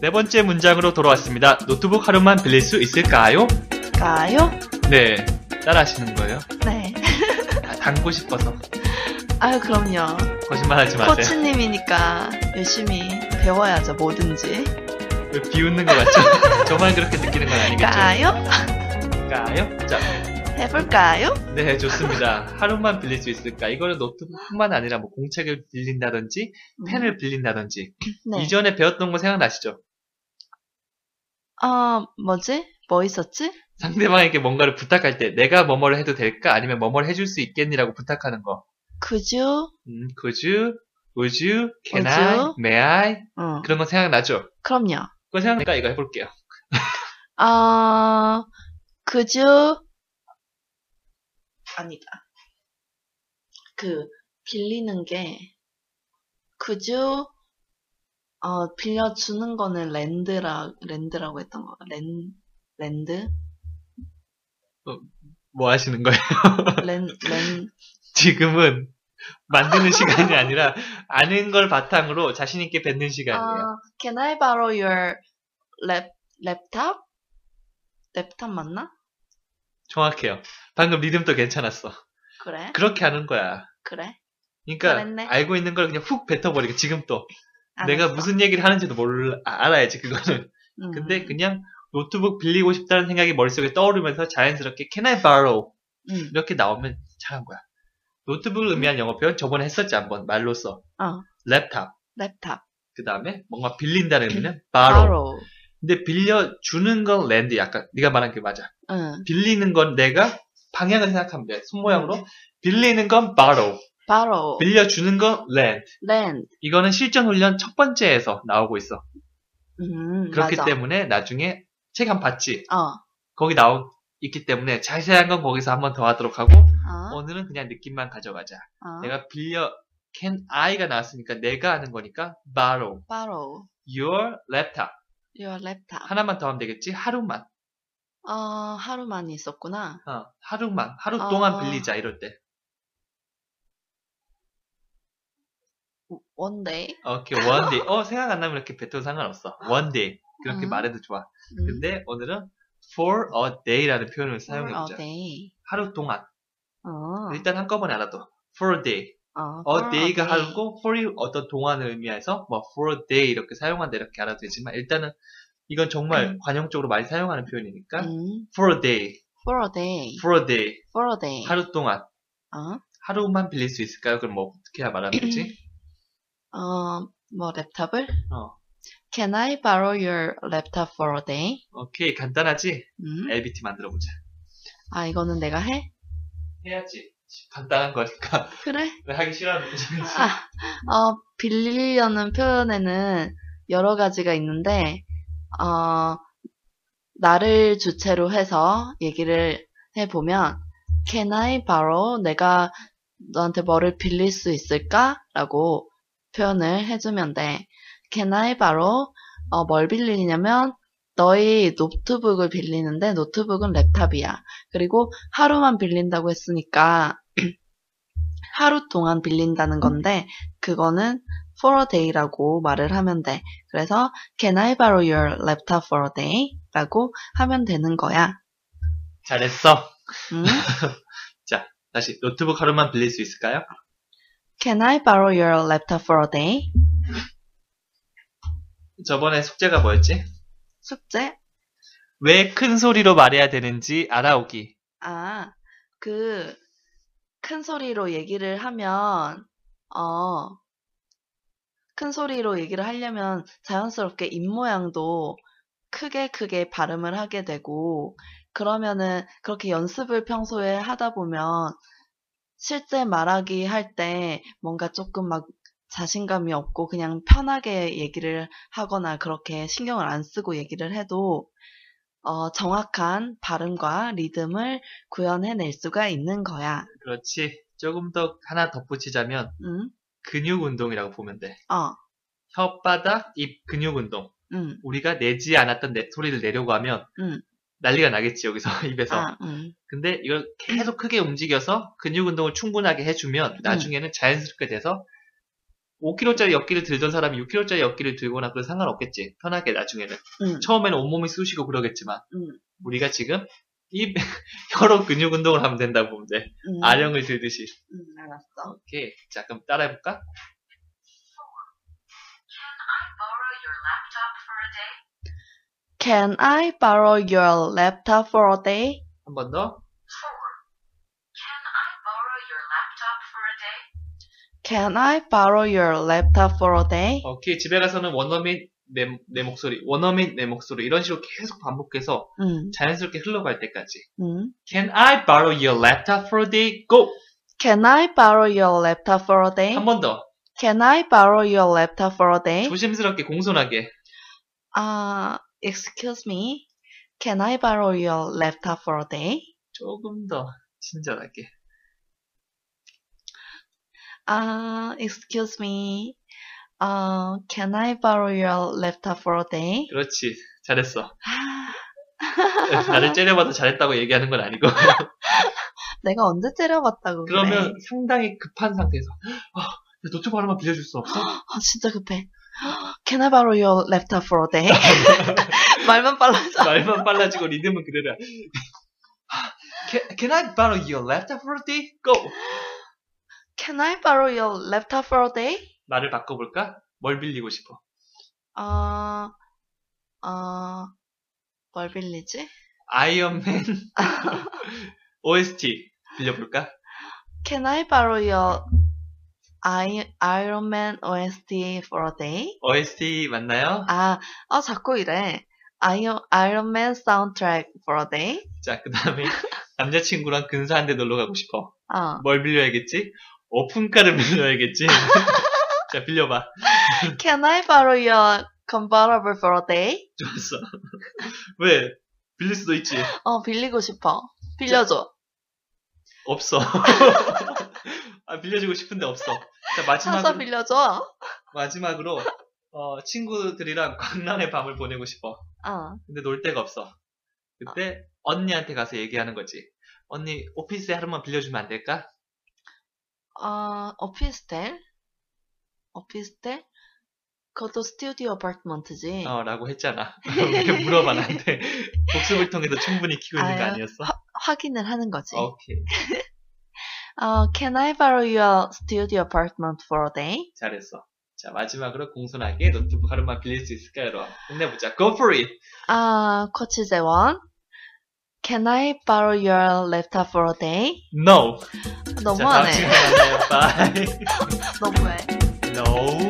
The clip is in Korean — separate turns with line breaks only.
네 번째 문장으로 돌아왔습니다. 노트북 하루만 빌릴 수 있을까요?
가요?
네. 따라 하시는 거예요?
네.
아, 담고 싶어서.
아유, 그럼요.
거짓말 하지 마세요.
코치님이니까 열심히 배워야죠, 뭐든지.
왜 비웃는 것 같죠? 저만 그렇게 느끼는 건 아니겠죠?
가요?
까요? 자,
해볼까요?
네, 좋습니다. 하루만 빌릴 수 있을까? 이거는 노트북뿐만 아니라 뭐 공책을 빌린다든지, 펜을 빌린다든지.
네.
이전에 배웠던 거 생각나시죠?
어, 뭐지? 뭐 있었지?
상대방에게 뭔가를 부탁할 때 내가 뭐뭐를 해도 될까? 아니면 뭐뭐를 해줄 수 있겠니라고 부탁하는 거.
Could you?
음, could you? Would you? Can
Would
I?
you?
May I?
응.
그런 거 생각나죠?
어, 그럼요.
그거 생각나니까 이거 해볼게요.
어, could you? 아니다. 그, 빌리는 게, could you? 어, 빌려주는 거는 랜드라, 랜드라고 했던 거, 랜, 랜드?
뭐 하시는 거예요?
랜, 랜,
지금은 만드는 시간이 아니라 아는 걸 바탕으로 자신 있게 뱉는 시간이에요.
아, can I borrow your 랩, 랩탑? 랩탑 맞나?
정확해요. 방금 리듬도 괜찮았어.
그래?
그렇게 하는 거야.
그래?
그러니까
잘했네.
알고 있는 걸 그냥 훅 뱉어버리고 지금 또 내가
알았어.
무슨 얘기를 하는지도 몰라 아, 알아야지 그거는.
음.
근데 그냥 노트북 빌리고 싶다는 생각이 머릿속에 떠오르면서 자연스럽게 can I borrow
음.
이렇게 나오면 착한 거야. 노트북을 의미한 영어 표현 저번에 했었지 한번 말로써
어.
랩탑
랩탑.
그 다음에 뭔가 빌린다는 의미는 borrow.
borrow.
근데 빌려주는 건 랜드 약간 네가 말한 게 맞아.
응.
빌리는 건 내가 방향을 생각하면 돼. 손 모양으로 빌리는 건 borrow,
borrow.
네. 빌려주는 건 lend.
land.
이거는 실전 훈련 첫 번째에서 나오고 있어.
음,
그렇기
맞아.
때문에 나중에 책 한 봤지.
어. 어.
거기 나오 있기 때문에 자세한 건 거기서 한 번 더 하도록 하고 오늘은 그냥 느낌만 가져가자.
어.
어, 내가 빌려 can I가 나왔으니까 내가 하는 거니까 borrow
borrow
your laptop
your 랩탑.
하나만 더 하면 되겠지. 하루만.
어, 하루만 있었구나.
어, 하루만, 하루
아.
동안 빌리자, 이럴 때.
one day.
오케이, 원데이. 어, 생각 안 나면 이렇게 뱉어도 상관없어. 원데이. 그렇게
음.
말해도 좋아.
음.
근데 오늘은 for a day라는 표현을
for a
사용해보자.
day.
하루 동안.
어.
일단 한꺼번에 알아도. for a day.
어, for
a day가
day.
하루고, for이 어떤 동안을 의미해서, 뭐, for a day 이렇게 사용한다 이렇게 알아도 되지만, 일단은 이건 정말
음.
관용적으로 많이 사용하는 표현이니까,
음.
for a day,
for a day.
for a day.
for a day.
하루 동안.
어.
하루만 빌릴 수 있을까요? 그럼 뭐, 어떻게 말하면 되지?
어, 뭐 랩탑을?
어.
Can I borrow your laptop for a day?
오케이, 간단하지?
음?
LBT 만들어보자.
아, 이거는 내가 해?
해야지. 간단한 거니까.
그래?
왜 하기 싫어하는 거지?
아, 어, 빌리려는 표현에는 여러 가지가 있는데, 어, 나를 주체로 해서 얘기를 해보면, Can I borrow? 내가 너한테 뭐를 빌릴 수 있을까? 라고 표현을 해주면 돼. Can I borrow? 어, 뭘 빌리냐면, 너희 노트북을 빌리는데, 노트북은 랩탑이야. 그리고 하루만 빌린다고 했으니까, 하루 동안 빌린다는 건데 그거는 for a day라고 말을 하면 돼. 그래서 can I borrow your laptop for a day? 라고 하면 되는 거야.
잘했어.
음?
다시 노트북 하루만 빌릴 수 있을까요?
Can I borrow your laptop for a day?
저번에 숙제가 뭐였지?
숙제?
왜 큰 소리로 말해야 되는지 알아오기.
아, 그, 큰 소리로 얘기를 하면, 어, 큰 소리로 얘기를 하려면 자연스럽게 입 모양도 크게 크게 발음을 하게 되고, 그러면은 그렇게 연습을 평소에 하다 보면, 실제 말하기 할 때 뭔가 조금 막 자신감이 없고 그냥 편하게 얘기를 하거나 그렇게 신경을 안 쓰고 얘기를 해도, 어, 정확한 발음과 리듬을 구현해낼 수가 있는 거야.
그렇지. 조금 더 하나 덧붙이자면
응?
근육 운동이라고 보면 돼.
어,
혓바닥, 입 근육 운동.
응,
우리가 내지 않았던 내- 소리를 내려고 하면
응.
난리가 나겠지 여기서 입에서.
아, 응,
근데 이걸 계속 크게 움직여서 근육 운동을 충분하게 해주면 나중에는 자연스럽게 돼서 5kg짜리 엿기를 들던 사람이 6kg짜리 엿기를 들거나 그건 상관없겠지. 편하게 나중에는.
음,
처음에는 온몸이 쑤시고 그러겠지만
음.
우리가 지금 입 혀로 근육 운동을 하면 된다고 보면 돼.
음.
아령을 들듯이.
음, 알았어.
오케이. 자, 그럼 따라해볼까?
Can I borrow your laptop for a day?
한 번 더.
Can I borrow your laptop for a day?
오케이. 집에 가서는 원어민 내, 내 목소리, 원어민 내 목소리 이런 식으로 계속 반복해서
음,
자연스럽게 흘러갈 때까지.
음.
Can I borrow your laptop for a day? Go!
Can I borrow your laptop for a day?
한 번 더.
Can I borrow your laptop for a day?
조심스럽게 공손하게.
Uh, excuse me. Can I borrow your laptop for a day?
조금 더 친절하게.
Uh, excuse me. Uh, can I borrow your laptop for a day? 아,
그렇지. 잘했어. 나를 째려봐도 잘했다고 얘기하는 건 아니고.
내가 언제 째려봤다고 그래.
그러면 상당히 급한 상태에서 아, 나 노트북 하나만 빌려줄 수 없어?
아, 진짜 급해. Can I borrow your laptop for a day? 말만 빨라져.
말만 빨라지고 리듬은 그대로야. 아, Can, can I borrow your laptop for a day? Go!
Can I borrow your laptop for a day?
말을 바꿔볼까? 뭘 빌리고 싶어?
어, 어, 뭘 빌리지?
아이언맨 OST 빌려볼까?
Can I borrow your I, Iron Man OST for a day?
OST 맞나요?
아, 아 자꾸 이래. 아이언, 아이언맨 사운드트랙 for a day?
자, 그 다음에 남자친구랑 근사한데 놀러 가고 싶어.
어.
뭘 빌려야겠지? 오픈카를 빌려야겠지? 자, 빌려봐.
Can I borrow your convertible for a day?
좋았어. 왜? 빌릴 수도 있지.
어, 빌리고 싶어. 빌려줘.
없어. 아, 빌려주고 싶은데 없어. 자,
사서
마지막으로,
빌려줘.
마지막으로, 어, 친구들이랑 강남의 밤을 보내고 싶어.
어.
근데 놀 데가 없어. 그때 언니한테 가서 얘기하는 거지. 언니, 오피스에 하루만 빌려주면 안 될까?
어, 오피스텔? 오피스텔? 그것도 스튜디오 아파트먼트지.
어, 라고 했잖아. 왜 물어봐, 나한테. 복습을 통해서 충분히 키고 있는 거
아유, 네.
아니었어?
확인을 하는 거지.
오케이.
어, can I borrow your studio apartment for a day?
잘했어. 자, 마지막으로 공손하게 노트북 하루만 빌릴 수 있을까, 여러분? 끝내보자. Go for it!
아, 코치 재원. Can I borrow your laptop for a day?
No! 자, 다음
너무하네.
시간에 만나요. Bye!
너무해.
No!